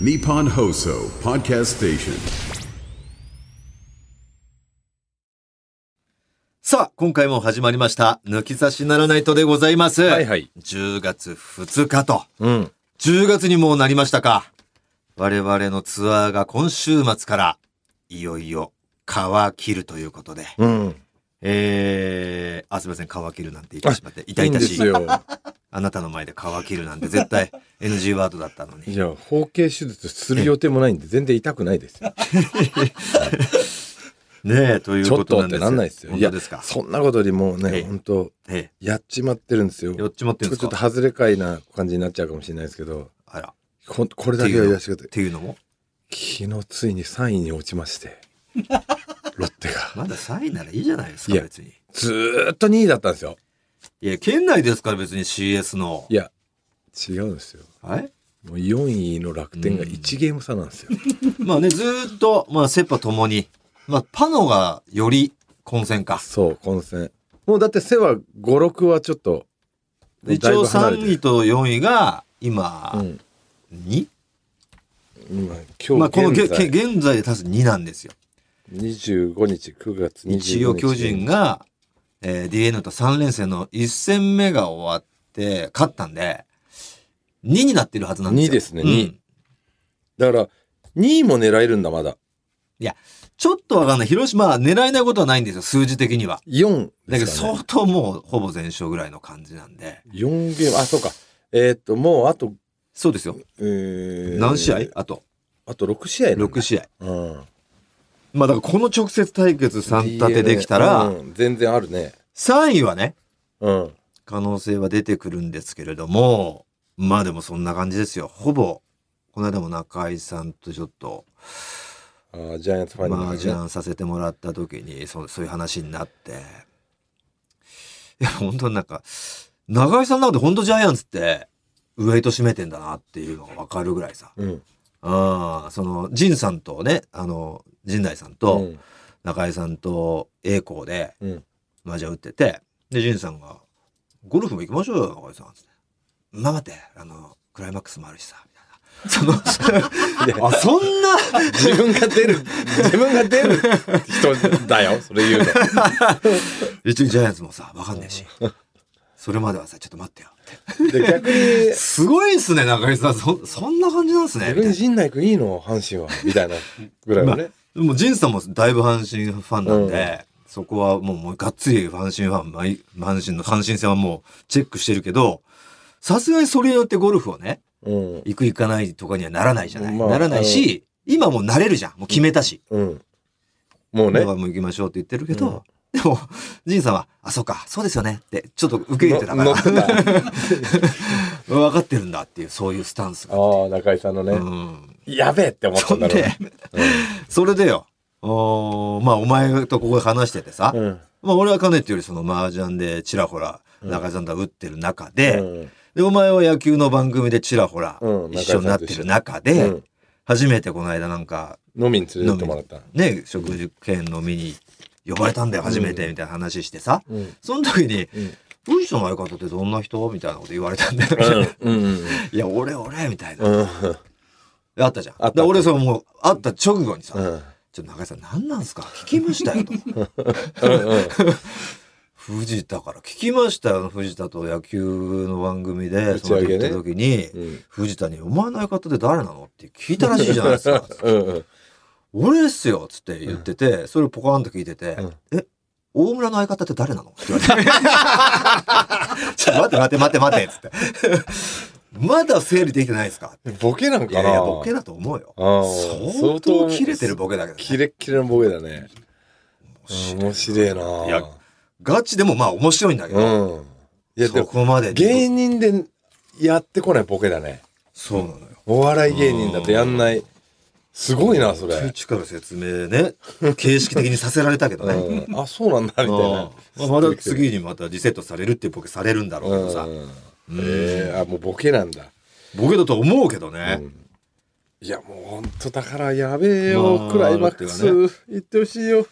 Nippon Hoso Podcast Station. さあ、今回も始まりました。抜き差しならないとでございます。はいはい10月2日と。うん。 10月にもうなりましたか。我々のツアーが今週末から、いよいよ、皮切るということで。うん。えー、あ、すいません、皮切るなんて言ってしまって、痛々しい。いんですよ。 あなたの前で皮切るなんて絶対 NG ワードだったのに。いや、包茎手術する予定もないんで、全然痛くないですよ。ねえ、というちょこっととなっんでてすなんないですよ。本当ですかいや、。そんなことよりもええね、本当えやっちまってるんですよ。え、よっちもってちるんょでっすかと外れかいな感じになっちゃうかもしれないですけど、あら。っほんこれだけは言わせてくだていうのもさい昨日ついに3位に落ち まして、ロッテが。まだ3位ならいいじゃないですか、いや別に。ずーっと2位だったんですよ。いや、県内ですから別に CS のい。や、違うんですよ。はいもう4位の楽天が1ゲーム差なんですよ。まあね、ずーっと、まあ、セパともに、まあ、パノがより混戦か。そう、混戦。もうだって背は5、6はちょっと、一だい応ぶ離れて3位と4位が、う今、ん、 2? 今ま今あ、この日げ現在、現在で足す2なんですよ。 25日9月25日一応巨人が、えー、DNA と3連戦の1戦目が終わって、勝ったんで、2になってるはずなんですよ。 2ですねうん2だから2位も狙えるんだまだちょっとわかんない。広島は狙えないことはないんですよ、数字的には。 4だけでどすか、ね、相当もうほぼ全勝ぐらいの感じなんで。 4ゲームあそうかえーっともうあと、そうですよ。えー何試合あとあと6試合なんだ6試合。うんまあだからこの直接対決3立てできた DNA ら、うん全然あるね3位はね、うん可能性は出てくるんですけれども、まあでもそんな感じですよ。ほぼ、この間も中井さんとちょっと、あージャイアンツファンにマージャンンさせてもらった時にそうそういう話になっていや本当になんか長井さんの中で本当ジャイアンツってウエイト占めてんだなっていうのが分かるぐらいさうんあその陣さんとねあの陣内さんうとん中井さんと栄光でうんマージャン打っててで陣さんが「ゴルフも行きましょうよ中井さん」つって「まあ待ってあのクライマックスもあるしさ」みたいな。その あそんな自分が出る自分が出る人だよそれ言うの一応ジャイアンツもさ、わかんないし。それまではさ、ちょっと待ってよ。で逆にすごいっすね、中井さん。そ、そんな感じなんですね。逆みたいにな陣内君いいの阪神はみたいなぐらいのね、でも、ジンさんもだいぶ阪神ファンなんで、そこはもう、もうがっつり阪神ファン、毎阪神の、阪神戦はもうチェックしてるけど、さすがにそれによってゴルフをね、うん行く行かないとかにはならないじゃない。まあならないし、今もう慣れるじゃん。もう決めたし。うん。もうだねか。らもう行きましょうって言ってるけど、でも、ジンさんは、あ、そうか、そうですよねって、ちょっと受け入れてたから。乗ってた。あ分かってるんだ っていうそういうスタンスが、あ、中井さんのね。うん、やべえって思ったそんんだろうでね。それでよおーまあお前とここで話しててさ、うん。まあ、俺はかねてよりその麻雀でちらほら中井さんとは打ってる中で,、うんでお前は野球の番組でちらほらうん一緒になってる中で、うん初めてこの間なんか飲みに連れてってもらった。ね食事券飲みに呼ばれたんだよ初めてみたいな話してさ、うん。その時にうん「文章の相方ってどんな人?」みたいなこと言われたんだよ、うん。うん いや俺俺みたいな、うん。あったじゃん。あったで俺そのもう会った直後にさ、うん。ちょっと中井さん何なんすか聞きま したよと。藤田から聞きましたよ藤田と野球の番組で打そちの上げ時ねった時に、うん藤田に「お前の相方って誰なの?」って聞いたらしいじゃないです かうん。 「俺っすよ」っつって言ってて、それをポカーンと聞いてて「え大村の相方って誰なの?」って言われて 「ちょっと待って待って待って待て」っつって「まだ整理できてないですか?」ボケなんいかやいなやボケだと思うよああ相当切れてるボケだけどね、キレッキレのボケだね。面白いいなやガチでもまあ面白いんだけど、うん。いや、でそも、こまで芸人でやってこないボケだね。そうなのよお笑い芸人だとやんない。すごいな、それ。窮地から説明ね形式的にさせられたけどね、うんうん、あそうなんだみたいなまあ、まだ次にまたリセットされるっていうボケされるんだろうけうどさ、んえー、あもうボケなんだボケだとは思うけどね、いやもうほんとだからやべえよ、まあクライマックスだって行ってほしいよ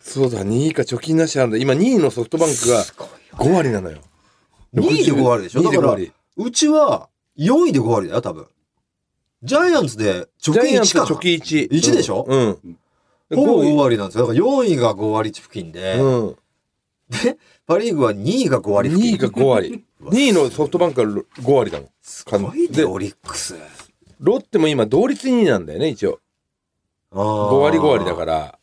そうだ2位か貯金なしなんだ今2位のソフトバンクがすごいよ5割なのよ2位で5割でしょ2だ位でか5ら割うちは4位で5割だよ、多分。ジャイアンツで貯金1かな。貯金1。一でしょうん。うんほぼ5五割なんですよ。だから4位が5割付近で、うん。パリーグは2位が5割付2近。位が5割。2位 のソフトバンクが5割だもん。すごいね、でオリックス。ロッテも今同率2位なんだよね、一応。5 5。割5割だからら。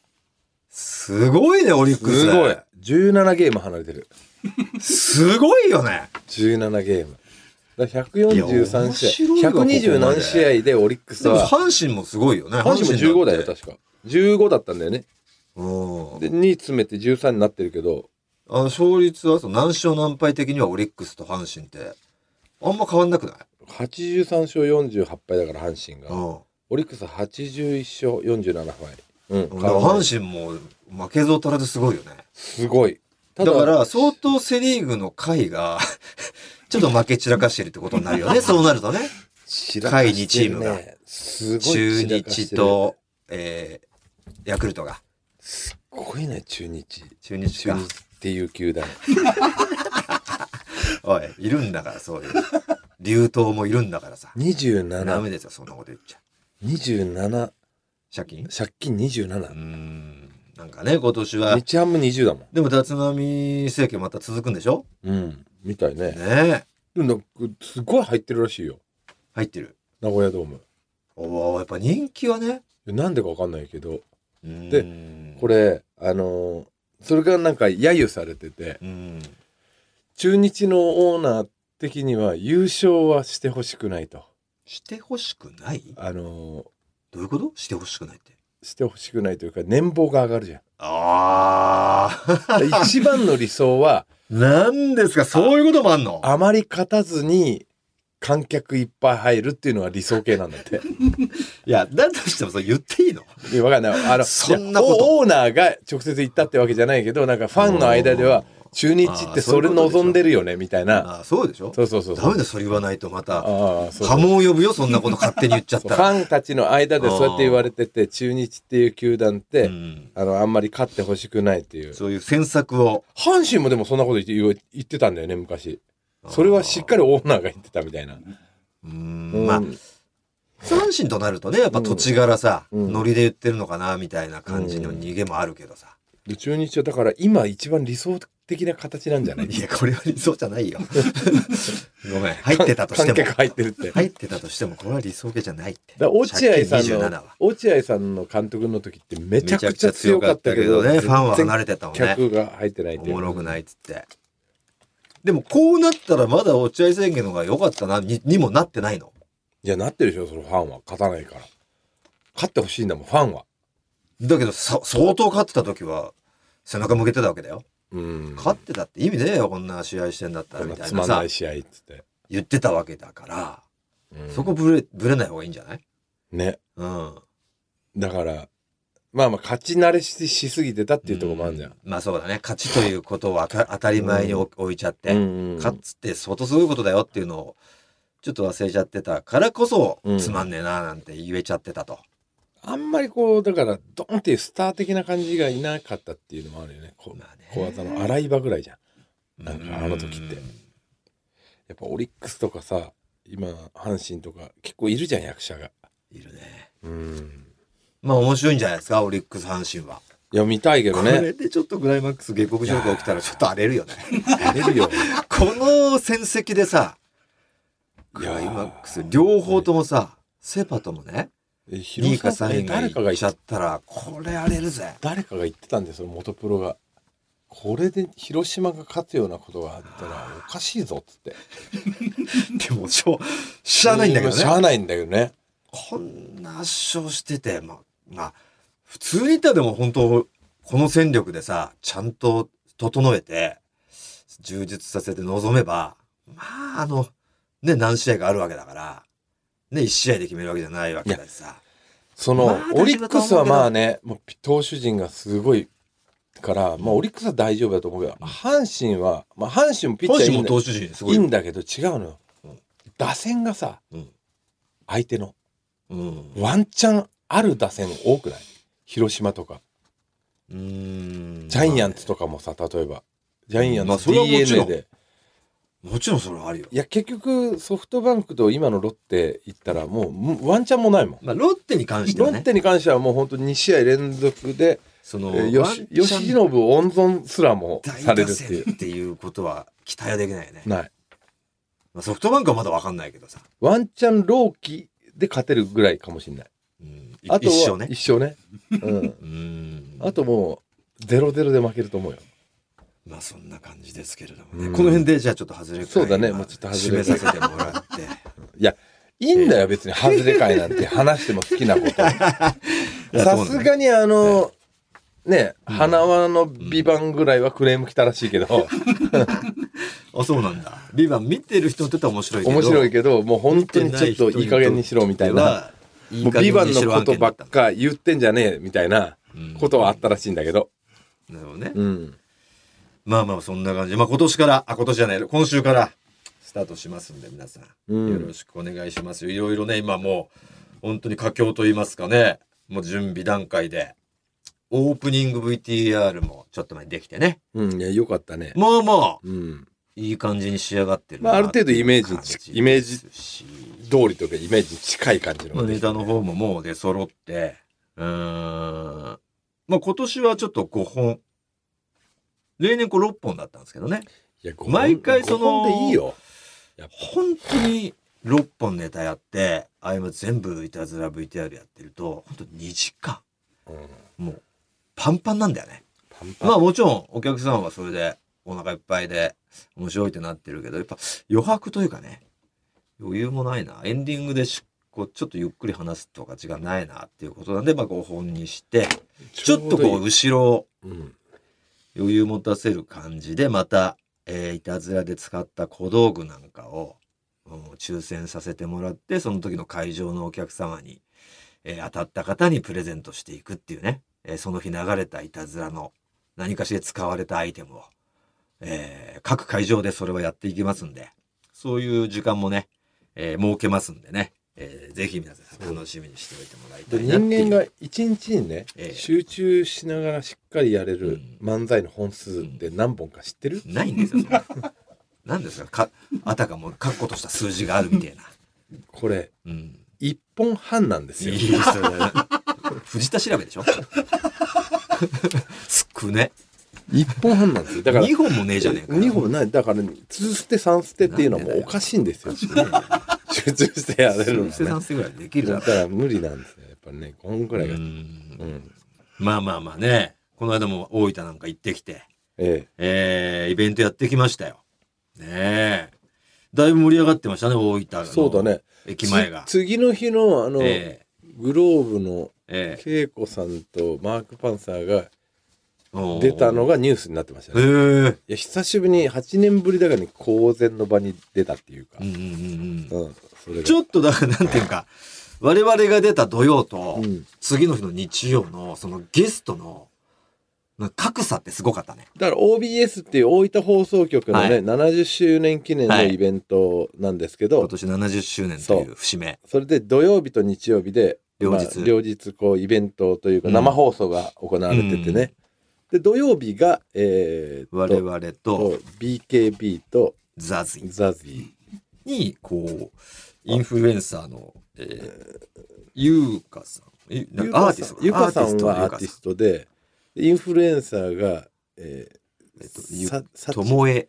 すごいね、オリックス。すごい。。17ゲーム離れてる。すごいよね。 17ゲーム。だからいや143面白い試合。わここまで120何試合でオリックスでもは、阪神もすごいよね。阪神も15だよ、確か確か。15だったんだよね。うん。で、2位詰めて13になってるけど、あの、勝率はその何勝何敗的にはオリックスと阪神って、あんま変わんなくない83勝48敗だから阪神が。うん。オリックス81勝47敗。うん、だから阪神も負けず劣らずすごいよね。すごい。ただから、相当セリーグの回が、 ちょっと負け散らかしてるってことになるよね。 そうなるとね。散らかしてるね下位にチームがす中ごい散らかしてる日。と、えー、ヤクルトが。すっごいね、中日。中日中か日。っていう球団。おい、いるんだから、そういう。流投もいるんだから さ。ダメ27、ですよ、そんなこと言っちゃ。 27、借金借金うー27。ん。なんかね、今年は。日ハム20だもん。でも、立浪政権また続くんでしょうん、みたいね。ねえ。でもなんかすごい入ってるらしいよ。入ってる。名古屋ドーム。おおやっぱ人気はね。なんでかわかんないけど、でこ。れ、あのーそれがなんか揶揄されてて、うん。中日のオーナー的には優勝はしてほしくないと。してほしくないあのどういうことしてほしくないって。ーしてほしくないというか年俸が上がるじ ゃん。ああ。一番の理想はなんですか、そういうこともあんのあまり勝たずに観客いっぱい入るっていうのは理想形なんだって。いや、だとしてもそれ言っていいのいやわかんない。あのそんなこといやオーナーが直接言ったってわけじゃないけどなんかファンの間では中日ってそれ望んでるよねみたいな。ああ、そうでしょそうそうそうダそう。メだ、それ言わないとまた。ああそう波紋を呼ぶよ、そんなこと勝手に言っちゃっそたうフら。ァンたちの間でそうやって言われてて中日っていう球団って、うんあのあんまり勝ってほしくないっていうそういう詮索を。阪神もでもそんなこと言って言う言ってたんだよね昔それはしっかりオーナーが言ってたみたいな、ううんん。まあ、三振となるとね、やっぱ土地柄さ、うんノリで言ってるのかな、みたいな感じの逃げもあるけどさ。で中日はだから今一番理想的な形なんじゃないいや、これは理想じゃない よ。ごめん。入ってたとして観も客。入ってるって、入ってたとしても、これは理想系じゃないって。だから落合さん借金27のは。落合さんの監督の時ってめめちゃくちゃ強かったけどね、ファンは全離然れてたもんね。客が入ってないっおていうもろくないっつって。でも、こうなったらまだ落合宣言の方が良かったな、ににもなってないの。いやなってるでしょそのファンは勝たないから勝ってほしいんだもんファンはだけど、さ相当勝ってた時は、背中向けてたわけだよ。うん勝ってたって意味ねえよ、こんな試合してんだったら、みたいつまなんなさい、試合っつって、言ってたわけだから、うんそこぶれ、ぶれない方がいいんじゃないねうん。っだからまあまあ勝ち慣れししすぎてたっていうところもあるじゃん、まあそうだね。勝ちということをあか当たり前に置置いちゃって。うんうん勝つって相当すごいことだよっていうのをちょっと忘れちゃってたからこそ、うんつまんねえななんて言えちゃってたと。あんまりこうだからドンっていうスター的な感じがいなかったっていうのもあるよねこうまあね小技の洗い場ぐらいじゃんなんかあの時ってやっぱオリックスとかさ今阪神とか結構いるじゃん役者がいるね。うんまあ面白いんじゃないですか、オリックス阪神は。いや見たいけどこねれでちょっとクライマックス下克上が起きたらちょっと荒れるよね。見れるよ この戦績でさ、いクやーライマックス両方ともさ、セパともね、えリー広カカサさイんンが誰か行がっち言ゃっったら、これ荒れるぜ。誰かが言ってたんですよ元プロがこれで広島が勝つようなことがあったらおかしいぞっつって でも、しょう、知らないんだけどねし。ゃあないんだけどね。こんな圧勝してて、まあ、まあ、普通に言ったらでも本当、この戦力でさ、ちゃんと整えて、充実させて臨めば、まあ、あの、ね、何試合があるわけだから、ね、1試合で決めるわけじゃないわけだしさ。その、まあ大丈夫だと思オうけリどックスはまあね、もう投手陣がすごいから、まあオリックスは大丈夫だと思うけど、阪神は、まあ阪神もピッ阪チャーい神いんもだ投手陣すごいいいよ。んだけど違うのようん。打線がさ、うん相手のうん。ワンチャンある打線多くない広島とか、うーんジャイアンツとかもさ、例えば、ジャイアまンあツそれはもちろ DNA んで、もちろんそれはあるよ。いや結局ソフトバンクと今のロッテ行ったらもうもうワンチャンもないもん、まあ、ロッテに関してロはッね、テに関してはもう本当に2試合連続で、そえの、ーよしワンチ吉ャン信を温存すらも大される打ってい線うっていうことは期待はできないよね。ないまあ、ソフトバンクはまだわかんないけどさ。ワンチャンローキで勝てるぐらいかもしれないうん、あとは一生ね。一勝ね、 うん、うん。あともうゼロゼロで負けると思うよまあそんな感じですけれどもね。うんこの辺でじゃあちょっと外れ会そうだねまあもうちょっと外締れめさせてもらって。いやいいんだよ別に外れ会なんて話しても好きなこといや さそうすなんだがにあの、ね、花輪の美版ぐらいはクレーム来たらしいけ ど、あ、そうなんだ。ビバン見てる人にとっては面白いけど。面白いけけど、もう本当にちょっといい加減にしろみたいな。。いもいう加美減版にしろの案こと件だばっったか言ってんじゃねえみたいなうんことはあったらしいんだけど。なるほどね。うん。まあまあそんな感じで、まあ、今年からあ今年じゃない今週からスタートしますんで皆さん、うんよろしくお願いしますよいろいろね今もう本当に佳境と言いますかねもう準備段階でオープニング VTR もちょっと前にできてねうん、いや、よかったね。もうもうん。ういい感じに仕上がってるまあある程度イメージっていう感じイメージですし通りというかイメージに近い感じのまがあでネきたタの方ももう出揃ってうーんまあ今年はちょっと5本例年こう6本だったんですけどねいや、ごめん毎回そのごめんでいいよ。本当に6本ネタやってあれも全部いたずら VTR やってると本当2時間うんもうパンパンなんだよねパンパンまあもちろんお客さんはそれでお腹いっぱいで面白いってなってるけどやっぱ余白というかね余裕もないなエンディングでしこうちょっとゆっくり話すとか時間ないなっていうことなんでまあ5本にしてちょっとこう後ろをうどいい。うん。余裕持たせる感じでまた、えーいたずらで使った小道具なんかを、うん抽選させてもらってその時の会場のお客様に、えー当たった方にプレゼントしていくっていうね、えーその日流れたいたずらの何かしら使われたアイテムを、えー各会場でそれはやっていきますんでそういう時間もね、えー設けますんでね、えーぜひ皆さん楽しみにしておいてもらいたでいなっていう人間が一日にね、ええ集中しながらしっかりやれるう漫才の本数って何本か知ってる、ないんですよそん な何ですかかあたかも確固とした数字があるみたいな。これうん。 1本半なんですよいい人だな。藤田調べでし ょ少ね。 1本半なんですよだから2本もねえじゃねえかよ。二本ないだから2捨て3捨てっていうのはもなんでだうよおかしいんですよね集中してやれるの数は三世ねぐらいできるだだろから無理なんですよやっぱねこんぐらいがううん、んまあまあまあね。この間も大分なんか行ってきて、ええー、イベントやってきましたよ。ねえ。だいぶ盛り上がってましたね、大分えの。そうだ。ね駅前がつ。次の日のあの、えグローブのえええ恵子さんとマーク・パンサーがおー出たのがニュースになってましたねへえいや久しぶりに8年ぶりだからに公然の場に出たっていうか、うんうんうんうんそれうがん。ちょっとだから、なんていうか、我々が出た土曜と、うん次の日の日曜のそのゲストのなんか格差ってすごかったね。だから OBS っていう大分放送局のね、はい70周年記念はのいイベントなんですけど、今年70周年という節目。それで土曜日と日曜日で両日まあ両日こうイベントというかうん生放送が行われててね、で土曜日がえーっと我々とと BKB とザズイザズィに、こう、インフルエンサーの、えー、ゆうかさん。えなんかアーティストゆかさんゆかさんのはアーティストでインフルエンサーがええっとーゆささちともえ、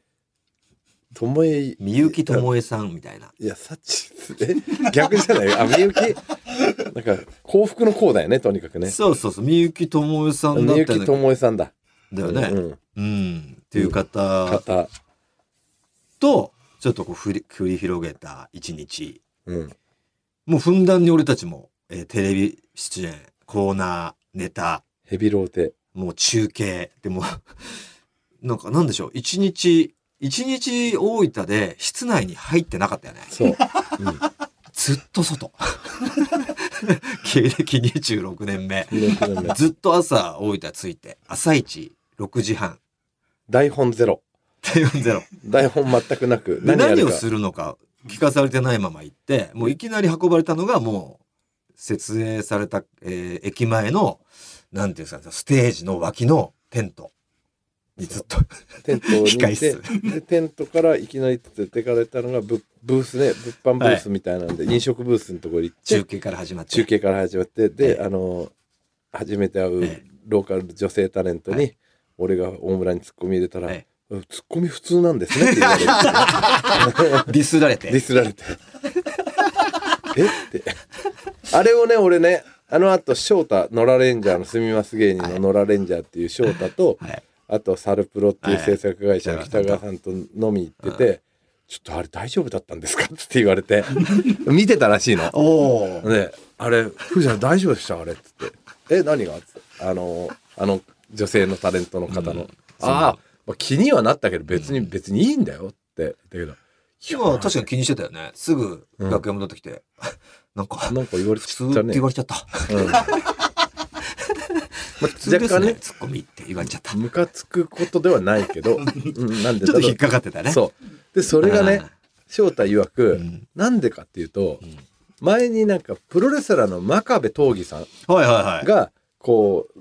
ともえみゆきともえさんみたいな。いや、サチ、え、 逆じゃないあ、みゆき。なんか、幸福の幸だよね、とにかくね。そうそうそう、みゆきともえさんだみっゆたきんともえさんだ。だよね。ううん。ん。っていう方方。と、ちょっとこう振り繰り広げた一日。うん。もうふんだんに俺たちも、えーテレビ出演、コーナー、ネタ、ヘビローテ。もう中継、でも、 なんかなんでしょう、一日、一日大分で室内に入ってなかったよね。そう。ずっと外。 芸歴26年目。みゆきのねずっと朝大分着いて、朝一6時半、 台本ゼロ。体温ゼロ。台本全くなく。でや何るをか。するのか聞かされてないまま行ってもういきなり運ばれたのがもう設営された、えー駅前のなんていうんですかステージの脇のテントにずっと。テントに控いて室でテントからいきなり連れてかれたのがブブースね物販ブースみたいなんで、飲食ブースのところに行っ て中継から始まって。中継から始まってで、ええあの初めて会うえローカル女性タレントに、は俺が大村にツッコミ入れたら、えうんツッコミ普通なんですねって言われてディスられて。ディスられてえってあれをね俺ねあのあと翔太野良レンジャーのすみます芸人の野良レンジャーっていう翔太と、はい。あとサルプロっていうはい制作会社の北北川川ささんと飲み行ってて、ちょっとあれ大丈夫だったんですかって言わ れて見てたらしいの。おお。で、あれ、富士山大丈夫でしたあれっつって。え、何がつってあの、あの女性のタレントの方の。ああ、まあ、気にはなったけど別に、別にいいんだよって言ったけど。今確かに気にしてたよね。すぐ楽屋戻ってきて。 なんか、なんか言われ普て通たってね。言われちゃった。うんまあ普通で若す干ね。ね、ツッコミって言われちゃった。ちムカつくことではない けど、うんなんでょっと引っかかってたね。そう。で、それがねあー、翔太曰うくん、なんでかっていうと、前になんかプロレスラーの真壁闘技さんはいはいはい。が、こう、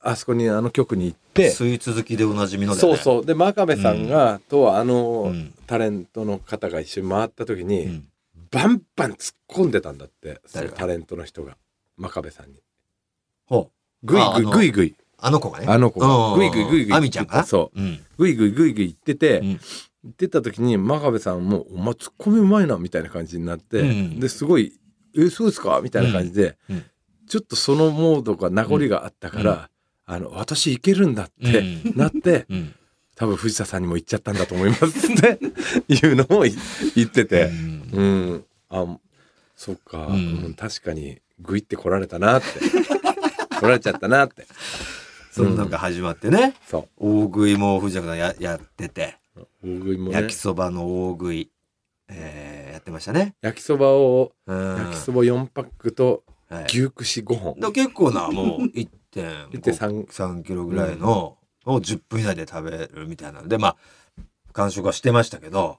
あそこにあの局に行って、スイーツ好きでおなじみのだよそうね。そう。で、真壁さんが、とあうのんタレントの方が一緒に回った時うに、んバンバン突っ込んでたんだって、そ誰のがタレントの人が、真壁さんに。ほう。ぐいああぐいのぐいぐい、あの子がね。あの子が。ぐいぐいぐいぐい。あみちゃんかなそう。うん。ぐいぐいぐいぐい言ってて、うん言ってた時に真壁さんも「お前ツッコミうまいな」みたいな感じになって、うんですごい「えそうですか?」みたいな感じで、うんうんちょっとそのモードが名残があったから、あの私いけるんだってうんなって、うん。多分藤田さんにも言っちゃったんだと思いますって いうのもい言ってて、うんあそっか、ううんん確かにぐいって来られたなって来られちゃったなってそんなんが始まってね。そ大食いも藤田君がややってて、う大食いもね焼きそばの大食い、えーやってましたね。焼きそばをうん。焼きそば4パックとはい牛串5本、だ結構な、もう 1.5 1.3 3キロぐらいのを10分以内で食べるみたいなので、まあ、完食はしてましたけど、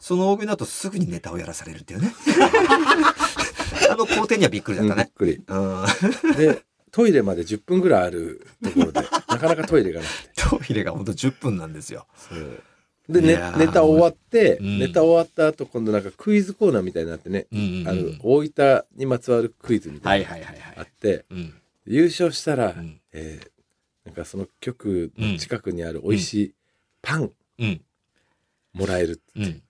その大食いだとすぐにネタをやらされるっていうね。 あの工程にはびっくりだうっんたびっね。くりうん。でトイレまで10分ぐらいあるところで なかなかトイレがなくてトイレがほんと10分なんですよ。そうで、ねいやーネタ終わって、うんネタ終わった後今度なんかクイズコーナーみたいになってね、うんあの大分にまつわるクイズみたはいいなのはいはいがあはっい。て、うん。優勝したら、んえーなんかその局の近くにある美味しいパンうん。もらえるって、うん。い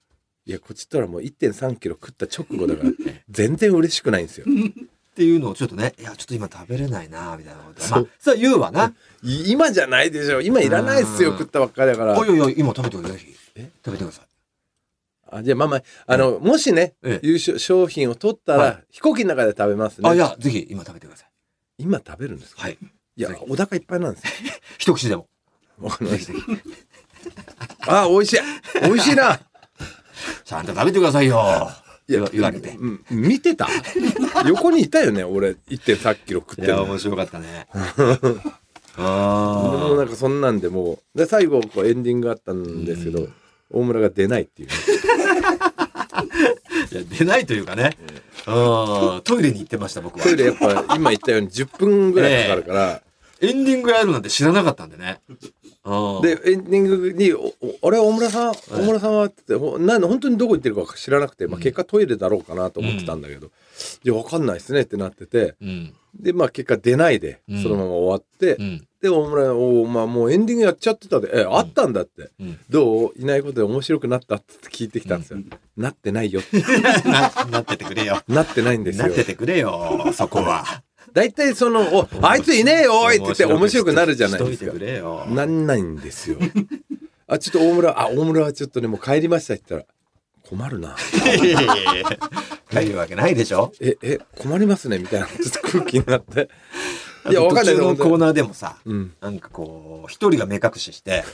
やこっちとらもう1 3キロ食った直後だから全然嬉しくないんですよっていうのをちょっとね、いや、ちょっと今食べれないな、みたいなこと。まそあう、それは言うわな。い今じゃないでしょ今いらないっすようん食ったばっかりだからおいおいおい、今食べてください。え食べてください。あじゃあまあまああの、もしね、ええ優勝商品を取ったら、は飛行機の中で食べますねあ、いや、ぜひ今食べてください。今食べるんですかはい。いやぜひお腹いっぱいなんで すよ一口でも。わかりました あ美味しい美味しいなちゃんと食べてくださいよ。いや言われて。うん見てた横にいたよね俺1 3キロ食っているや、の面白かった ね。もうあなんかそんなんでもうで最後こうエンディングがあったんですけど、大村が出ないっていうね、あ。いや、出ないというかね。うん。トイレに行ってました、僕はト。イレやっぱ今言ったように10分ぐらいかかるから、エンディングやるなんて知らなかったんでね。うん。で、エンディングに、おおあれ、大村さん、大村さんはって言って、ほなん本当にどこ行ってるか知らなくて、まあ、結果トイレだろうかなと思ってたんだけど、いや、わかんないですねってなってて、うん。で、まあ、結果出ないでうん、そのまま終わって、うん。で、大村、おお、まあ、もうエンディングやっちゃってたで、え、あったんだって、うん。どういないことで面白くなったって聞いてきたんですよ。なってないよって、な、なっててくれよ。なって ないんですなよっ。ててくれ よ、そこは。大体その、お、あいついねえよ、おいって言って面白くなるじゃないですしとかいて。くれ よ。なんないんですよ。あ、ちょっと大村、あ、大村はちょっとね、もう帰りましたって言ったら、困るな。いやいやいや入るわけ ないでしょえ、え、困りますね、みたいな、ちょっと空気になって。いいや、や、わかんない途中のコーナーでもさ、うん。なんかこう、一人が目隠し して、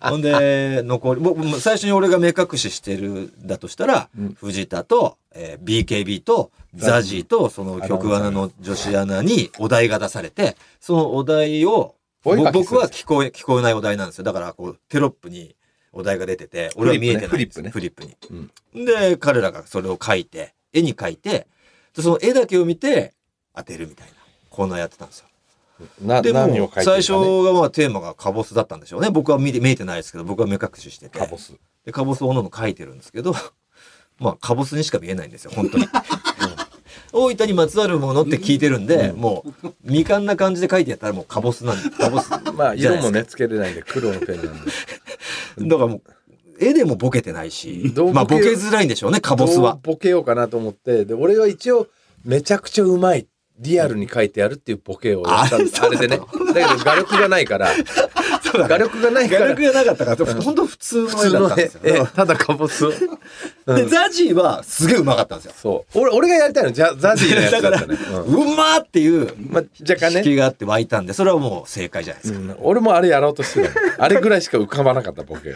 ほんで、残り、僕、もう最初に俺が目隠ししてるんだとしたら、藤田と、えー BKB と、ザジーと、その局アナの女子アナにお題が出されて、そのお題を、ぼお絵かきす僕るは聞こえ、聞こえないお題なんですよ。だから、こう、テロップにお題が出てて、俺は見えてないんですフフリップに。うで、彼らがそれを描いて、絵に描いて、でその絵だけを見て当てるみたいなコーナーやってたんですよ。なで何をも書いてるか、ね、最初がまあテーマがカボスだったんでしょうね僕は見て見えてないですけど僕は目隠ししててカボスでカボスをおのおの書いてるんですけど まあカボスにしか見えないんですよ本 当に大分にまつわるものって聞いてるんで、もう未完な感じで書いてやったらもうカボスなんでカボスまあじゃないです色かもねつけれないんで黒のペンなんでだからもう絵でもボケてないしどうまあボボケケづらいんでしょうねカボスはどうボケようかなと思ってで俺は一応めちゃくちゃうまいリアルに書いてやるっていうボケをやったんですああれでねだけど画力がないから そうだ画力がないか画ら力がなかったから本当普通普の絵通だっ のたんで絵すよ、ええただかぼすをでザジーはすげえうまかったんですよそう俺俺がやりたいのジャザジーの やだつかだっら、たうね、うんまーっていうまあ、若干ね敷があって湧いたんで、それはもう正解じゃないですか。うん俺もあれやろうとしてたあれぐらいしか浮かばなかったボケ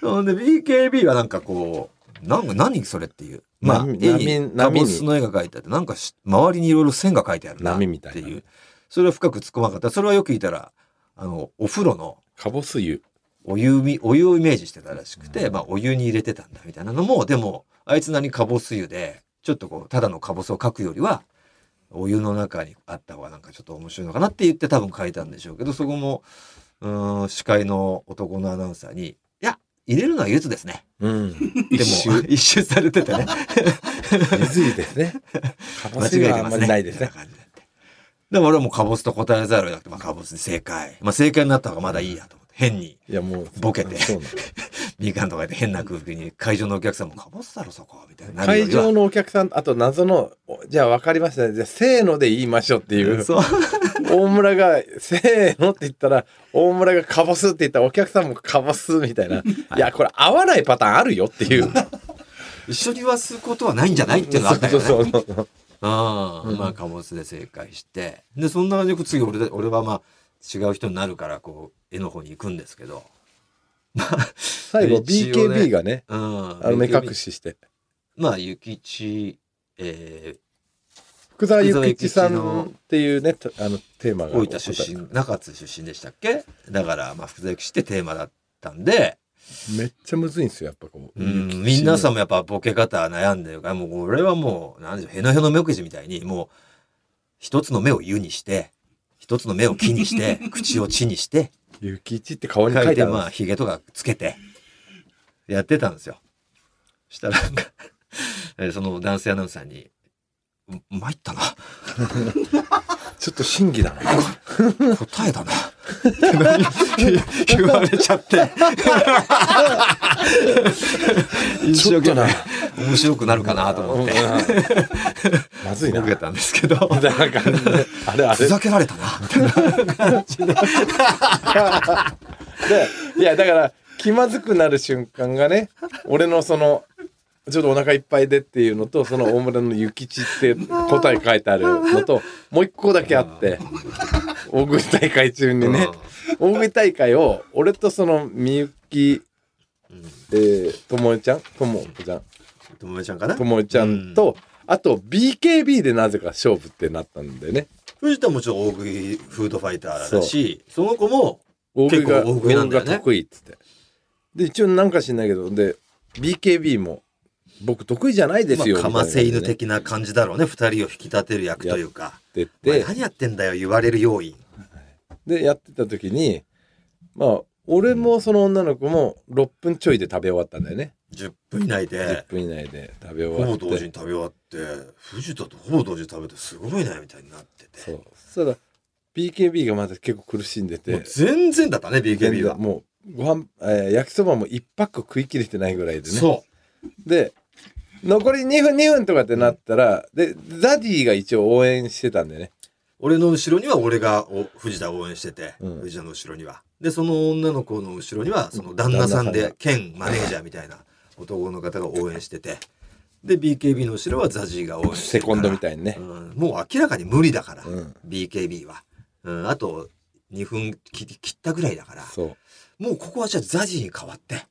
ほんで、BKB はなんかこう、なんか何それっていう。まあ、波絵に波カ波にボスの絵が描いてあって、なんかし周りにいろいろ線が描いてあるなって波いみう。たいなそれは深く突っ込まなかった。それはよく聞いたら、あの、お風呂のかぼす湯お湯み、お湯をイメージしてたらしくて、まあ、お湯に入れてたんだみたいなのも、でも、あいつなりにカボス湯で、ちょっとこう、ただのカボスを描くよりは、お湯の中にあった方がなんかちょっと面白いのかなって言って多分書いたんでしょうけど、そこも、うーん、司会の男のアナウンサーに、いや、入れるのは柚子です ね。うんでも、 一周されてて ね。水湯ですねかぼ間違す湯えはてあまんますりね。ないですみねたいな感じになってでも俺はもうカボスと答えざるを得なくて、まあカボスに正解。まあ正解になった方がまだいいやと思って、変に。いやもうボケてそうな みかんとかで変な空気に会場のお客さんもかぼすだろそこみたいになのるよ会りは場のお客さんあと謎のおじゃあ分かりましたねじゃあせーので言いましょうっていうそう大村が「せーの」って言ったら大村が「かぼす」って言ったらお客さんも「かぼす」みたいな、い、やこれ合わないパターンあるよっ ていう一緒に言わすことはないんじゃないっていうのがあったよねそうそうそうああ、まあ貨物で正解してでそんな感じで次俺で俺はまあ違う人になるからこう絵の方に行くんですけど最後一応ね BKB がねうんあの目隠ししてまあ諭吉え福沢諭吉さんっていうねたあのテーマーが大分出身中津出身でしたっけだからまあ福沢諭吉ってテーマだったんでめっちゃむずいんですよやっぱこううん、みんなさんんもやっぱボケ方悩んでるから、もう俺はもう、なんでしょう、へのへの目くじみたいに、もう、一つの目を湯にして、一つの目を木に して、口を地にして、諭吉って顔に 書書いいてて、あるまあ、ヒゲとかつけて、やってたんですよ。したら、なんか、 えーその男性アナウンサーに、ん参ったな。ちょっと審議だな答えだな。言われちゃって。一生 懸命、面白くなるかなと思って。 まずいな僕やったんですけど、みたいな感じであれあ ふれざけられたな、みたいな。でいやだから気まずくなる瞬間がね俺のそのちょっとお腹いっぱいでっていうのとその大村の「諭吉」って答え書いてあるのともう一個だけ あって大食い大会中にね大食い大会を俺とそのみゆきえーともえちゃんともこちゃんともえちゃんかなともえちゃんとあと BKB でなぜか勝負ってなったんでね藤田もちょっと大食いフードファイターだし、その子も、大食いが結構大食いなんだよね大食いが得意っつってで一応なんか知んないけどで BKB も僕得意じゃないですよまあ、かませ犬み的な感じだろうね、二人を引き立てる役というか。たいな感おじ前でやって何やってんだよ、言われる要因。てでやってた時にまあ俺もその女の子も6分ちょいで食べ終わったんだよね、 10分以内で10、分以内で食べほ終わぼって同時に食べ終わって、藤田とほぼ同時に食べて、すごいね、みたいになってそて。うそしたら BKB がまだ結構苦しんでもうて全然だったね、BKB は。もうご飯、えー焼きそばも1パック食い切れてないぐらいでねそで残り2分2分とかってなったらでザディが一応応援してたんでねう。俺の後ろには俺がお藤田を応援してて、うん藤田の後ろには。で、その女の子の後ろには、その旦那さん旦那さんでが、兼マネージャーみたいな男の方が応援してて、で、BKB の後ろはザジーが応援してセるからコンドみたいにね、うんもう明らかに無理だから、うん BKB は。うん、あと2分き切ったぐらいだから、そうもうここはじゃあザジーに変わって、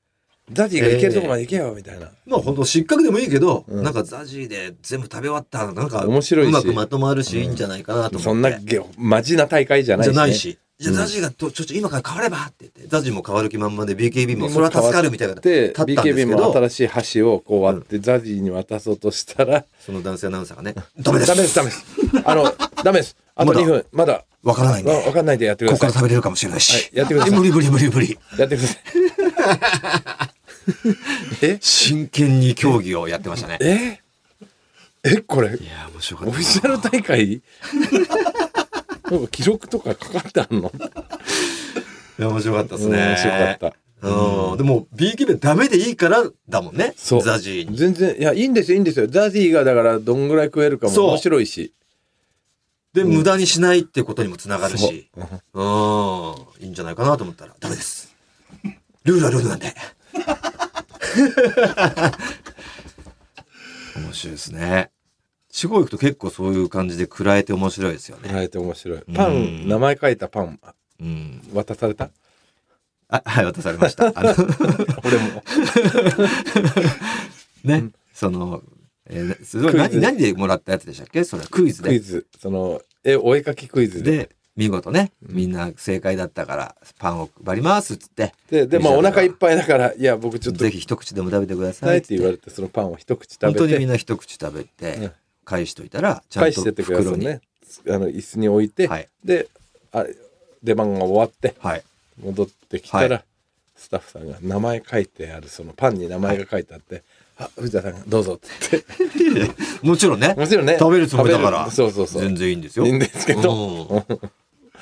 ザディが行けるとこまで行けよみたいな、まあ本当失格でもいいけど、うんなんかザジーで全部食べ終わったらなんか面白いしうまくまとまるし、いいんじゃないかなと思って。そんなげマジな大会じゃないじし,、ゃね、ないし。じゃあうんザジーがとちょっと今から変わればって言って、ザジーも変わる気満々で BKB もそれは助かるみたいな。で立ったんですけ BKB ども新しい橋をこう割って、ザディに渡そうとしたらその男性アナウンサーがね、ダメです。ダメですダメですあのダメです。あとまだ2分。まだ。わからないんでわわかんないんでやってくこだこさから。食べいれるかもしれないし。はいやってください無理無理無理無理。やってください。 真剣に競技をやってましたね。ええこれ、いや、面白かっオたフなィ。シャル大会なんか記録とかかかってあんいのや、面白かったですうんね。面白かった。うん。でも、B 級弁ダメでいいからだもんね。そう。ザジーに。全然、いや、いいんですよ、いいんですよ。ザジーがだから、どんぐらい食えるかもそう面白いし。で、無駄にしないってことにもつながるし。そううん。いいんじゃないかなと思ったら、ダメです。ルールはルールなんで。 面白いですね。地方行くと結構そういう感じで食らえて面白いですよね。はい、面白い。んパン、名前書いたパン、うん。渡さ れたあ、はい、渡されました。あの、俺も。ね、その、えーそれはクイズ何、何でもらったやつでしたっけそれはクイズクイで。ズ、その、え、お絵描きクイズで。で、見事ね、みんな正解だったから、パンを配りますっつって。で、で、まあ、お藤腹いっ井ぱいだから、いや、僕ちさょんっがぜと、ひ一口でも食べてくださないっいつっってて言われて、そのパンを一口食本当にべみて、んな一口食べて、うん返しといたら、ちゃん返としてってくださ袋いに。ね。あの、椅子に置いて、はい。で、あ出番が終わって、 はい。戻ってきたら、はスタッフさんが名前書いてあるそのパンに名前が書いてあって「あ藤田さんがどうぞ」って言ってもちろんね。もちろんね食べるつもりだから。食べるそうそうそう全然いいんですよ。いいんですけど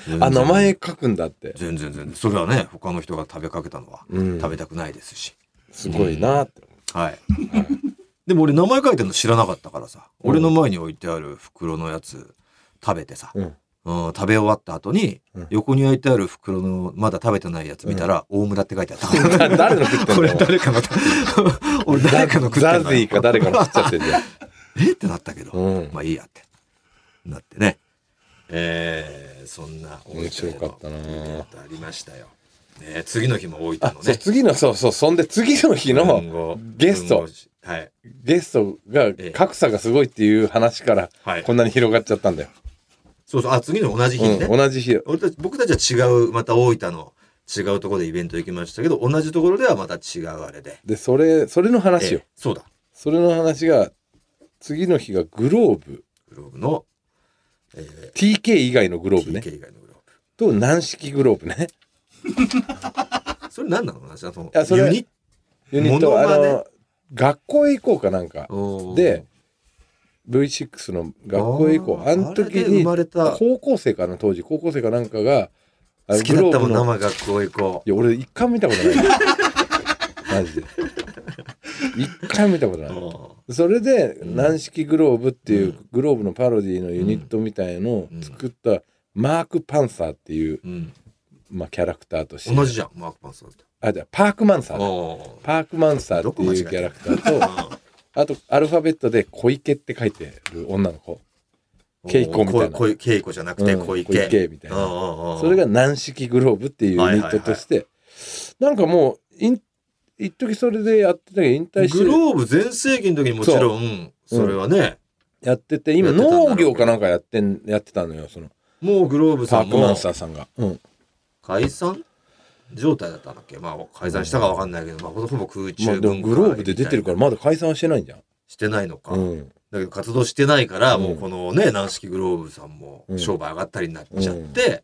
うん あ名前書くんだって全然全然。それはね、他の人が食べかけたのは、うん食べたくないですし。すごいなって、はい。でも俺名前書いてるの知らなかったからさ、俺の前に置いてある袋のやつ食べてさ、うんうん、食べ終わった後に、うん横に置いてある袋のまだ食べてないやつ見たら、大村って書いてあった。だ誰の食ってんだよこれ誰か の、俺誰かの食ってんだザよザズィか誰かの食っちゃって るじゃんえってなったけど、うんまあいいやって。なってね。えー、そんな大分での面白かったなイベントありましたよ。ね、次の日も大分あのそうね。次のそうそうそんで次の日の文豪ゲスト文豪はい。ゲストがえ格差がすごいっていう話からはいこんなに広がっちゃったんだよ、そうそう、あ、次の同じ日にね。うん、同じ日俺たち僕たちは違うまた大分の違うところでイベント行きましたけど同じところではまた違うあれで、でそれそれの話よ、ええそうだそれの話が次の日がグローブグローブの TK 以外のグローブね TK 以外のグローと軟式グローブねブそれ何なのなそのいやそれユニユニットモノマあネの学校へ行こうかなんかおーで V6 の学校へ行こあうーあの時あれで生にまれた高校生かな当時高校生かなんかがあの好きだったもんグローブの生学校行こいや俺一回も見たことないマジで一回も見たことなういおそれでん軟式グローブっていううグローブのパロディのユニットみたいのを作ったマーク・パンサーっていうー、うん、まあ、キャラクターとして同じじゃんマークパンサーってあじゃあパークマンサーだおパークマンサーっていうキャラクタ ーとーあとアルファベットで「小池」って書いてる女の子稽古みたいなこい稽古じゃなくてうん小池,、小池みたいなそそれが軟式グローブっていうユニットとしてなんかもういん一時それでやってたけど引退グしてローブ全盛期の時にもちろんそ,、れはね、やってて今やってたんだろう農業かなんかやってんやってたのよそのもうグローブさパんークマもンサーさんが。うん解散状態だったんだっけまあ解散したかわかんないけど、まあ、ほぼほぼ空ま中あ、で分も解グローブで出てるからまだ解散はしてないんじゃん。してないのか、うん、だけど活動してないから、うんもうこのね軟式グローブさんもうん商売上がったりになっちゃって、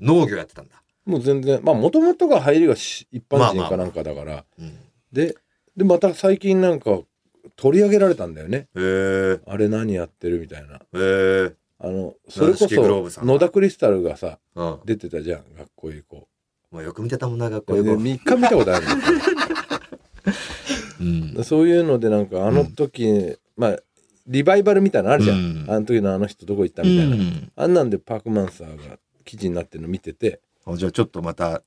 農業やってたんだ、もう全然まあもともとが入りがし一ま般あま人あかなんかだから、うん、へででまた最近なんか取り上げられたんだよねえあれ何やってるみたいなへえあのそれ軟こ式グローブさそんが野田クリスタルがさうん出てたじゃん学校へ行こまあ、よく見てたもんな学う校よく、 3日見たことあるうん のそういうのでなんかあの時、まあリバイバルみたいなのあるじゃん、うんあの時のあの人どこ行ったみたいな、あんなんでパークマンサーが記事になってるの見ててうんじゃあちょっとまた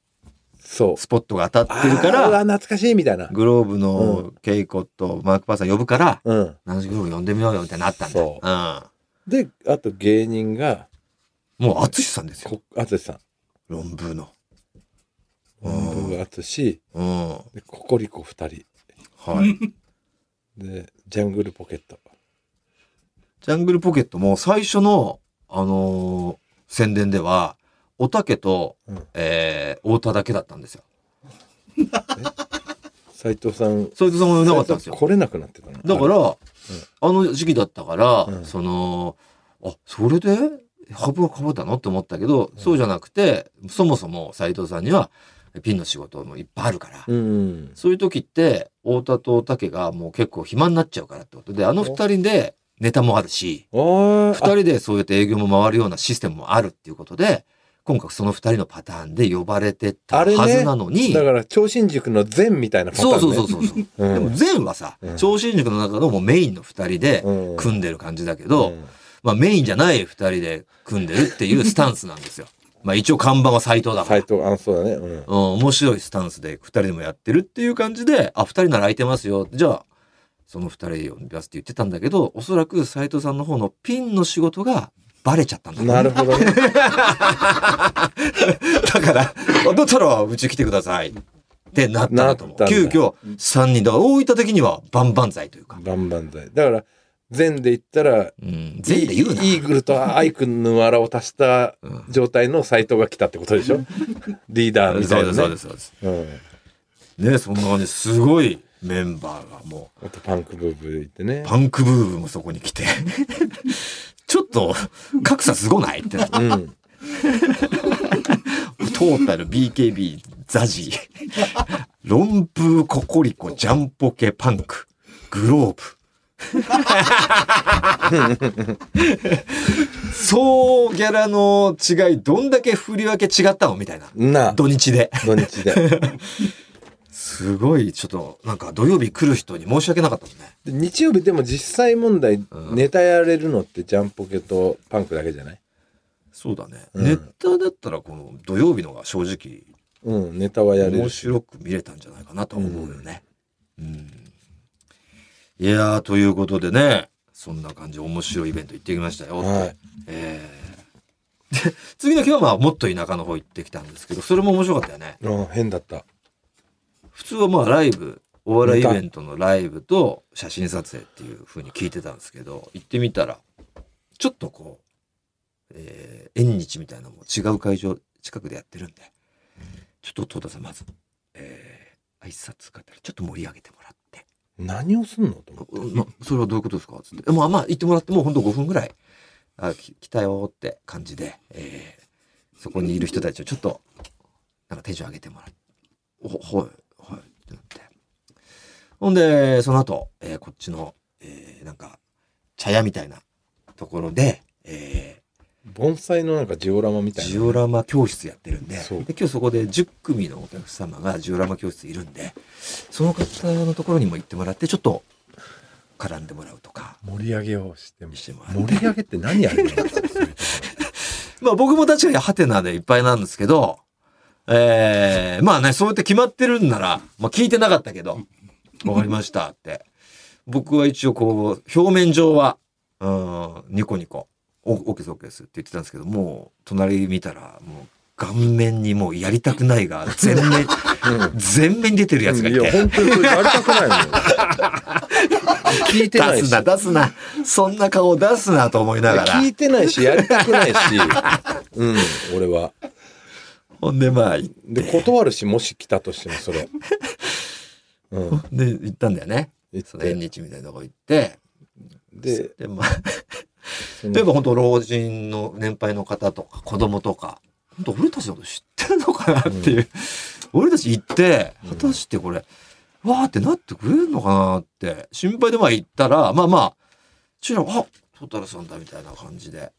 そうスポットが当たってるかあーら懐かしいみたいなグローブの稽古とマークパーさん呼ぶからうん軟式グローブ呼んでみようよみたいになったんだそうんであと芸人がもう淳さんですよこ淳さん論文の僕が淳うんはでココリコ2 人いでジャングルポケットジャングルポケットも最初の、あのー宣伝では、おたけと、うんえー、太田だけだったんですよ。斉藤さんそれとそのなかったんですよ。来れなくなってたのだから、あの時期だったから、うんその、あ、それでハブがかぶったのって思ったけど、そうじゃなくて、そもそも斎藤さんにはピンの仕事もいっぱいあるから、うん。そういう時って、太田と竹がもう結構暇になっちゃうからってことで、あの二人でネタもあるし、あ二人でそうやって営業も回るようなシステムもあるっていうことで、今回その二人のパターンで呼ばれてたあはれねずなのに、だから、超新塾の禅みたいなパターン、そうね。そうそうそうそう。 うん。でも全はさうん、超新塾の中のもうメインの二人でうん組んでる感じだけうど、んまあメインじゃない二人で組んでるっていうスタンスなんです よ。まあ一応看板は斎藤だから斎。藤、あ、そうだね。うん。うん、面白いスタンスで2人でもやってるっていう感じで、あ、2人なら空いてますよ。じゃあ、その2人を呼び出すって言ってたんだけど、おそらく斎藤さんの方のピンの仕事がバレちゃったんだろうねなるほど ね。だから、あだったらうち来てください。ってなったんだと思なう。った急んだ遽3人だ。大分的には万々歳というか。バンバン剤。だから、禅で言ったら、うん、全で言うな。イイーグルとアイクンのあらを足した状態の斎藤が来たってことで しょリーダーみたそいうなでね。す、そうです、そうです。うん。ね、そんな感じですごいメンバーがもう。あとパンクブーブー行ってね。パンクブーブーもそこに来て、 ちょっと格差すごないってなって、うん。トータル BKB ザジー、ロンプーココリコジャンポケパンク、グローブ。 そうギャラの違い、どんだけ振り分け違ったのみたいな。なあ、土日で。土 日で。すごい、ちょっと、なんか土曜日来る人に申し訳なかったもんね。で日曜日でも実際問題、うんネタやれるのってジャンポケとパンクだけじゃないそうだね。うんネタだったら、この土曜日のが正直うん、ネタはやれ面る。白く見れたんじゃないかなと思うよね。うんいやーということでねそんな感じ面白いイベント行ってきましたよって、はいえーで次の日はまあもっと田舎の方行ってきたんですけどそれも面白かったよね。うん、変だった。普通はまあライブお笑いイベントのライブと写真撮影っていう風に聞いてたんですけど行ってみたらちょっとこう、えー縁日みたいなのも違う会場近くでやってるんでちょっと戸田さんまず、えー、挨拶方ちょっと盛り上げてもらって何をすんのと思っうんなそれはどういうことですか?」つって「まあまあ行ってもらってもうほんと5分ぐらいあき来たよ」って感じで、えーそこにいる人たちをちょっとなんか手順上げてもらって「おはいはい」ってなってほんでその後、えーこっちの、えーなんか茶屋みたいなところで、えて盆栽のなんかジオラマみーたいジな。オラマ教室やってるんでそうで今日そこで10組のお客様がジオラマ教室いるんでその方のところにも行ってもらってちょっと絡んでもらうとか。盛り上げをしても。してもらって盛り上げって何やる のまあ僕も確かにハテナでいっぱいなんですけど、えー、まあね、そうやって決まってるんなら、まあ聞いてなかったけど、わかりましたって。僕は一応こう、表面上は、うん、ニコニコ、オオッケーですオッケーですって言ってたんですけど、もう隣見たら、もう顔面にもうやりたくないが、全面、全面に出てるやつがいいや、て。本当にそれやりたくないのよ。聞いてない出しす。な、出すな。そんな顔出すなと思いながら。聞いてないし、やりたくないし、うん、俺は。ほんでまあ、で、断るし、もし来たとしても、それ。うん。で、行ったんだよね。行そっの縁て。日みたいなとこ行って、で、で、まあ、そ例えのば本当老人の年配の方とか子供とか本当俺たちのこと知ってるのかなっていう、俺たち行って果たしてこれ、わーってなってくれるのかなって心配でまあ行ったらまあまあちらあトタルさんだみたいな感じで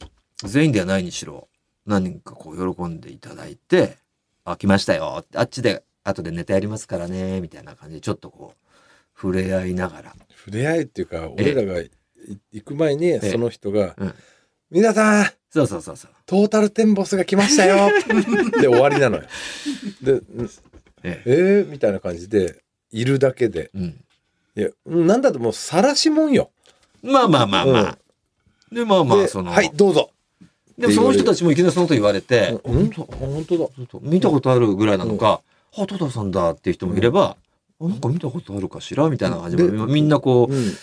全員ではないにしろ何人かこう喜んでいただいて「あ来ましたよ」あっちで後でネタやりますからねみたいな感じでちょっとこう触れ合いながら触れ合いっていうか、俺らがい行く前に、えその人がうん、皆さん、そうそうそうそう、トータルテンボスが来ました よで、終わりなのよ。で、うんえええーみたいな感じで、いるだけで。うん、いや、うんなんだともう、晒しもんよ。まあまあまあまあ、でまあまであその、はい、どうぞ。でもその人たちもいきなりそのこと言われうんて、本当だ、本当だ。見たことあるぐらいなのか、あ、トタさんだっていう人もいれば、あなんか見たことあるかしらみたいな感じで、でみんなこう、うん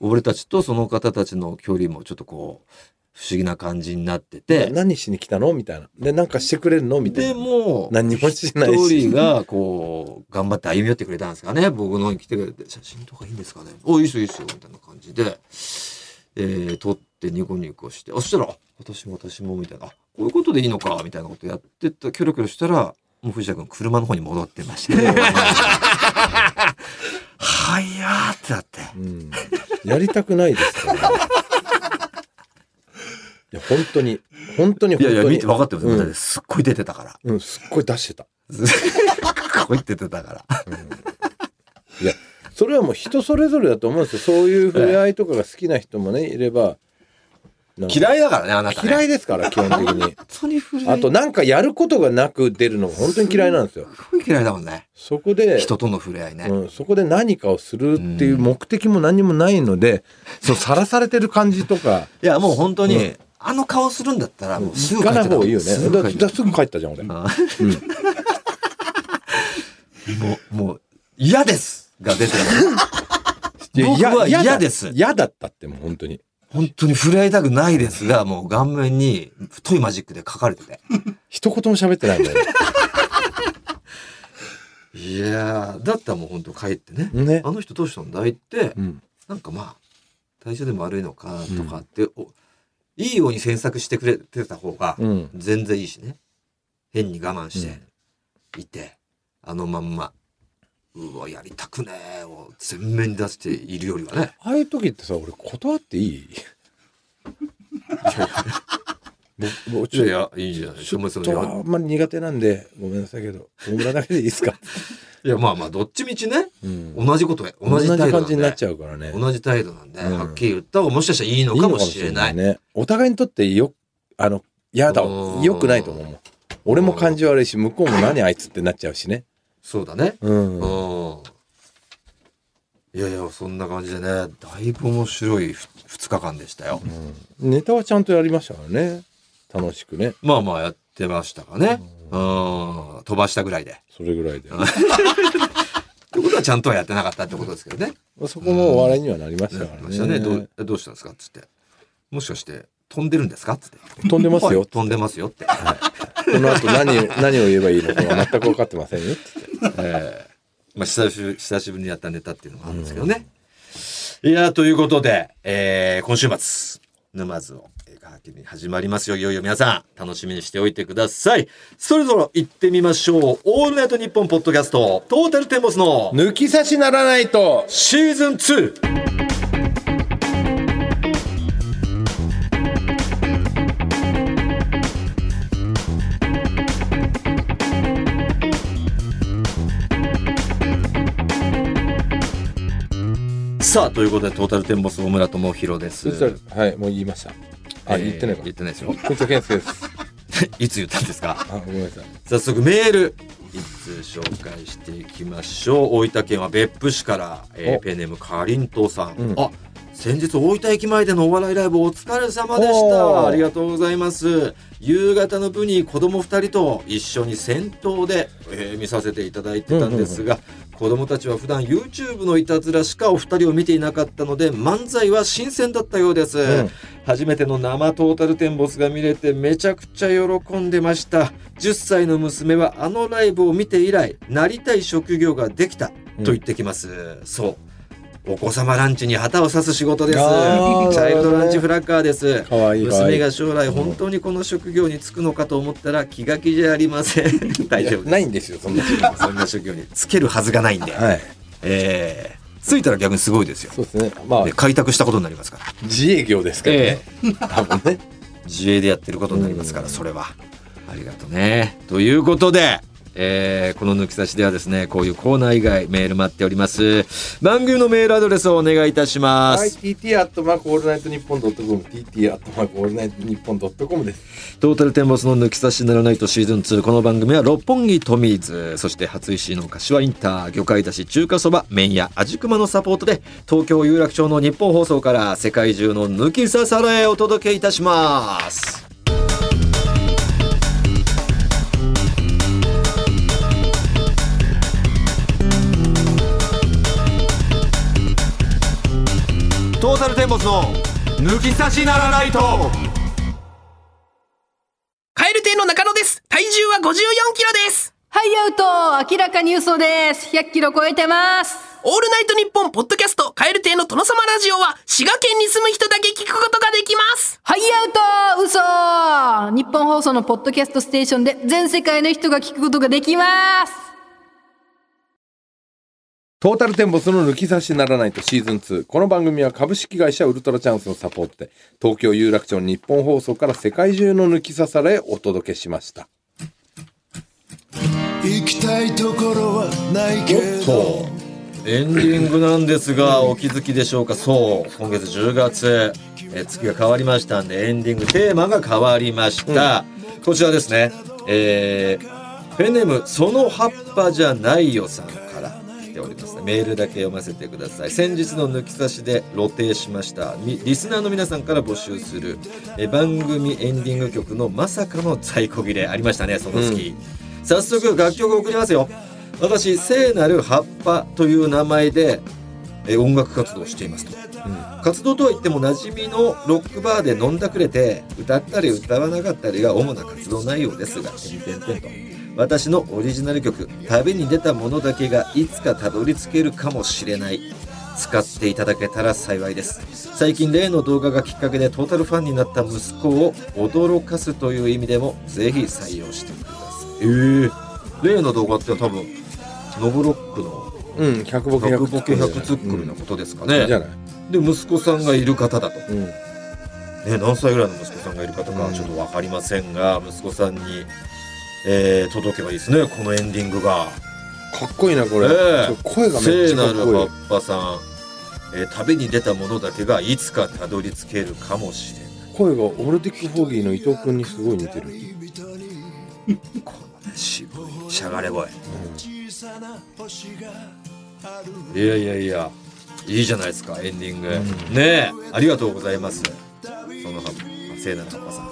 俺たちとその方たちの距離もちょっとこう、不思議な感じになってて、何しに来たのみたいな。で、なんかしてくれるのみたでいな。も、何にもしないし一人がこう、頑張って歩み寄ってくれたんですかね。僕のに来てくれて、写真とかいいんですかね。お、いいっすよ、いいっすよ、みたいな感じで。えー撮ってニコニコして、あ、そしたら、あ私も私も、みたいな、あこういうことでいいのか、みたいなことやってた、キョロキョロしたら、もう藤田君車の方に戻ってました。はいやーってなって。うんやりたくないですか ら、ね。いや、本当に、本当に、い本や当に。いや、見て分かってます、うんだってすっごい出てた から。うん、すっごい出してた。すっごい出てたから。いや、それはもう人それぞれだと思うんですよ。そういう触れ合いとかが好きな人もね、いれば。なんか嫌いだからね、あなた、ね。嫌い。いですから、基 本的に。本当に古い。あと、なんかやることがなく出るのが本当に嫌いなんですよ。すごい嫌いだもんね。そこで、人との触れ合いね。うん、そこで何かをするっていう目的も何もないので、そう、さらされてる感じとか、いや、もう本当に、うんあの顔するんだったら、もうすぐ行かない方がいいよね。すだぐから帰だからるすぐ帰ったじゃん、俺。あーもう、もう、嫌ですが出てる。 僕は嫌です嫌だったってもう本当に。本当に触れ合いたくないですが、もう顔面に太いマジックで書かれてて。一言も喋ってないもいやー、だったらもう本当帰ってね。 ん。ね。あの人どうしたんだいってう、ん。なんかまあ、体調でも悪いのかとかって、おいいように詮索してくれてた方が、うん。全然いいしね変に我慢しうていて、あのまんまうわやりたくねえを全面に出しているよりはねああいう時ってさ、俺断っていい僕僕いちょやっいとやいいじゃないちょっそのとあんまり苦手なんで、ごめんなさいけど、大村だけでいいですか、いやまあまあどっちみちねうん同じこと同じ態度感じにななっんでちゃうからね。同じ態度なんで、うんはっきり言った方がもしかしたらいいのかもしれないいのかもしれね。お互いにとってよ、あの、嫌だ、うん良くないと思うもん。俺も感じ悪いし、向こうも何あいつってなっちゃうしね。そうだねうん。うんいやいやそんな感じでねだいぶ面白い2日間でしたよ、ネタはちゃんとやりましたからね。楽しくね。まあまあやってましたかねうん飛ばしたぐらいでそれぐらいっで。てことはちゃんとはやってなかったってことですけどね。そこも笑いにはなりましたなからりね。ましたね。どうどうしたんですかっつって。もしかして飛んでるんですかっつって。飛んでます はよい。飛んでますよって。この後何を、何を言えばいいのかは全く分かってませんよ。えーまあ久しぶり久しぶりにやったネタっていうのもあるんですけどね。いやーということで、えー今週末沼津を映画発見に始まりますよいよいよ皆さん楽しみにしておいてくださいそれぞれ行ってみましょう「オールナイトニッポン」ポッドキャストトータルテンボスの抜き差しならないとシーズン 2! さあということでトータルテンボス大村智弘です。はい、もう言いました。えあ、ー言ってないか。言ってないですよ。 藤田健介です。いつ言ったんですかあ、ごめんなさい。早速メール一通紹介していきましょう大分県は別府市から、えーおペンネームかりんとうさん、うんあ先日大分駅前でのお笑いライブお疲れ様でしたおーありがとうございます夕方の部に子供二人と一緒に先頭で、えー見させていただいてたんですが、子供たちは普段 YouTube のいたずらしかお二人を見ていなかったので漫才は新鮮だったようです、ん初めての生トータルテンボスが見れてめちゃくちゃ喜んでました10歳の娘はあのライブを見て以来なりたい職業ができたと言ってきます、そうお子様ランチに旗を差す仕事ですチあーャイルドランチなるほどねフラッカーですかわいい。娘が将来本当にこの職業に就くのかと思ったら気が気じゃありません 大丈夫ないんですよ、そんな。はそんな職業につけるはずがないんで、い。えー、ついたら逆にすごいですよそうですね。まあで、開拓したことになりますから自営業ですからね。多 分ね。自衛でやってることになりますからそれはありがとうねということでえーこの抜き差しではですねこういうコーナー以外メール待っております番組のメールアドレスをお願いいたします、はい、TT アットマークオールナイトニッポンドットコム、TT アットマークオールナイトニッポンドットコムです。トータルテンボスの抜き差しならないとシーズン2この番組は六本木トミーズそして初石井の柏インター魚介だし中華そば麺屋味熊のサポートで東京有楽町の日本放送から世界中の抜き差されをお届けいたしますトータルテンボスの抜き差しならないとカエル亭の中野です。体重は54キロです。ハイアウト明らかに嘘です。100キロ超えてます。オールナイトニッポンポッドキャストカエル亭の殿様ラジオは滋賀県に住む人だけ聞く送日本放送のポッドキャストステーションで全世界の人が聞くことができますトータルテンボスの抜き差しならないとシーズン2。この番組は株式会社ウルトラチャンスのサポートで、東京有楽町日本放送から世界中の抜き差されお届けしました。行きたいところはないけどエンディングなんですが、お気づきでしょうか。そう、今月10月、え月が変わりましたんで、エンディングテーマが変わりました。こちらですね。えー、ペンネーム、その葉っぱじゃないよさんから来ておりますね。メールだけ読ませてください。先日の抜き差しで露呈しました。みリスナーの皆さんから募集する、えー番組エンディング曲のまさかの在庫切れありましたね、その月。早速楽曲を送りますよ私聖なる葉っぱという名前でえー音楽活動をしていますと、活動とはいっても馴染みのロックバーで飲んだくれて歌ったり歌わなかったりが主な活動内容ですが点々と私のオリジナル曲「旅に出たものだけがいつかたどり着けるかもしれない」使っていただけたら幸いです最近例の動画がきっかけでトータルファンになった息子を驚かすという意味でもぜひ採用してくださいええ例の動画ってのは多分ノブロックのうん、100ボケ100ボケ100ツツッコミのことですかじね、ゃない、で息子さんがいる方だと、うん、ね、何歳ぐらいの息子さんがいる方かちょっと分かりませんが、息子さんに、えー届けばいいですねこのエンディングが、かっこいいなこれ、ええちょ声がめっ聖ちゃなかるっこい葉っいぱさん、えー旅に出たものだけがいつかたどり着けるかもしれない声がオルディック・フォーギーの伊藤君にすごい似てるこのね渋いしゃがれ声、いやいやいやいいじゃないですかエンディング、ねえありがとうございますその葉っぱ聖なる葉っぱさん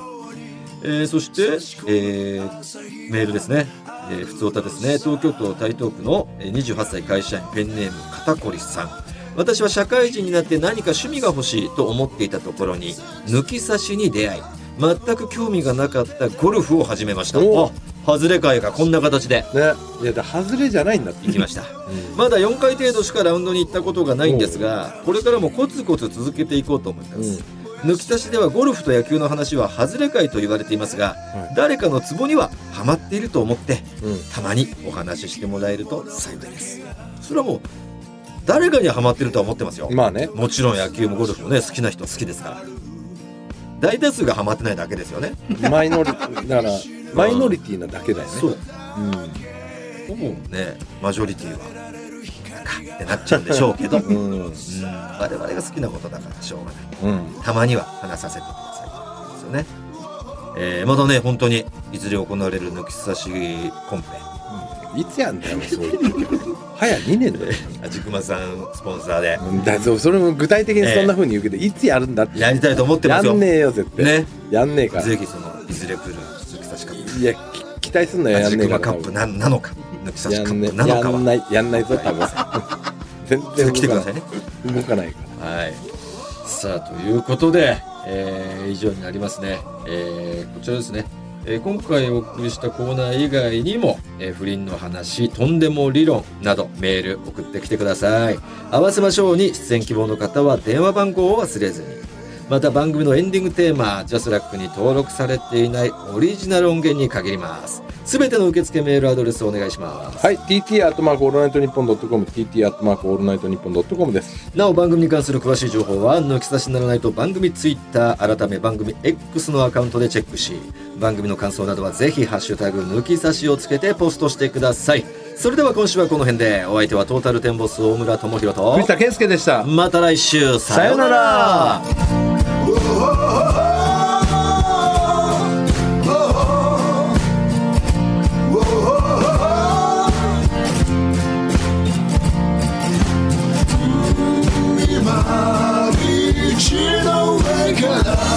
えーそして、えーメールですね、えー、普通歌ですね東京都台東区のえー28歳会社員ペンネーム肩こりさん私は社会人になって何か趣味が欲しいと思っていたところに抜き差しに出会い全く興味がなかったゴルフを始めましたおあ外れ会がこんな形でねいやだ外れじゃないんだって行きましした、まだ4回程度しかラウンドに行ったことがないんですがこれからもコツコツ続けていこうと思います、抜き差しではゴルフと野球の話は外れ会と言われていますが、はい誰かのツボにはハマっていると思って、うんたまにお話ししてもらえると幸いですそれはもう誰かにはハマってるとは思ってますよ、まあねもちろん野球もゴルフもね好きな人は好きですから大多数がハマってないだけですよねマイノリだからマイノリティなだけだよねうほぼねマジョリティはなんかってなっちゃうんでしょうけど、ううんんうん我々が好きなことだからしょうがないうんたまには話させてくださいということですよね、えーまだね本当にいずれ行われる抜き差しコンペいつやんだよそういう時早2年だよあじくまさんスポンサーでだそうそれも具体的にそんなふうに言うけど、いつやるんだってやりたいと思ってまやすよんねえよ絶対、ねやんねえからぜひそのいずれ来る抜き差しカップいやき期待すんなよやあんじねえくまかカらップななのか抜き差しやカんッねプなのやかんはないやんないぞ 多分全ぜ然ひ来てくださいね動かないからはい。さあ、ということで、えー以上になりますね。えーこちらですね。えー今回お送りしたコーナー以外にも、えー不倫の話、とんでも理論などメール送ってきてください。合わせましょうに出演希望の方は電話番号を忘れずに。また番組のエンディングテーマ、ジャスラックに登録されていないオリジナル音源に限ります。すべての受付メールアドレスをお願いします。はい TT アットマークオールナイトニッポンドットコム TT アットマークオールナイトニッポンドットコムですなお番組に関する詳しい情報は抜き差しならないと番組ツイッター改め番組 X のアカウントでチェックし番組の感想などはぜひ「ハッシュタグ抜き差し」をつけてポストしてくださいそれでは今週はこの辺でお相手はトータルテンボス大村智広と藤田健介でしたまた来週さようなさようなら今一度上から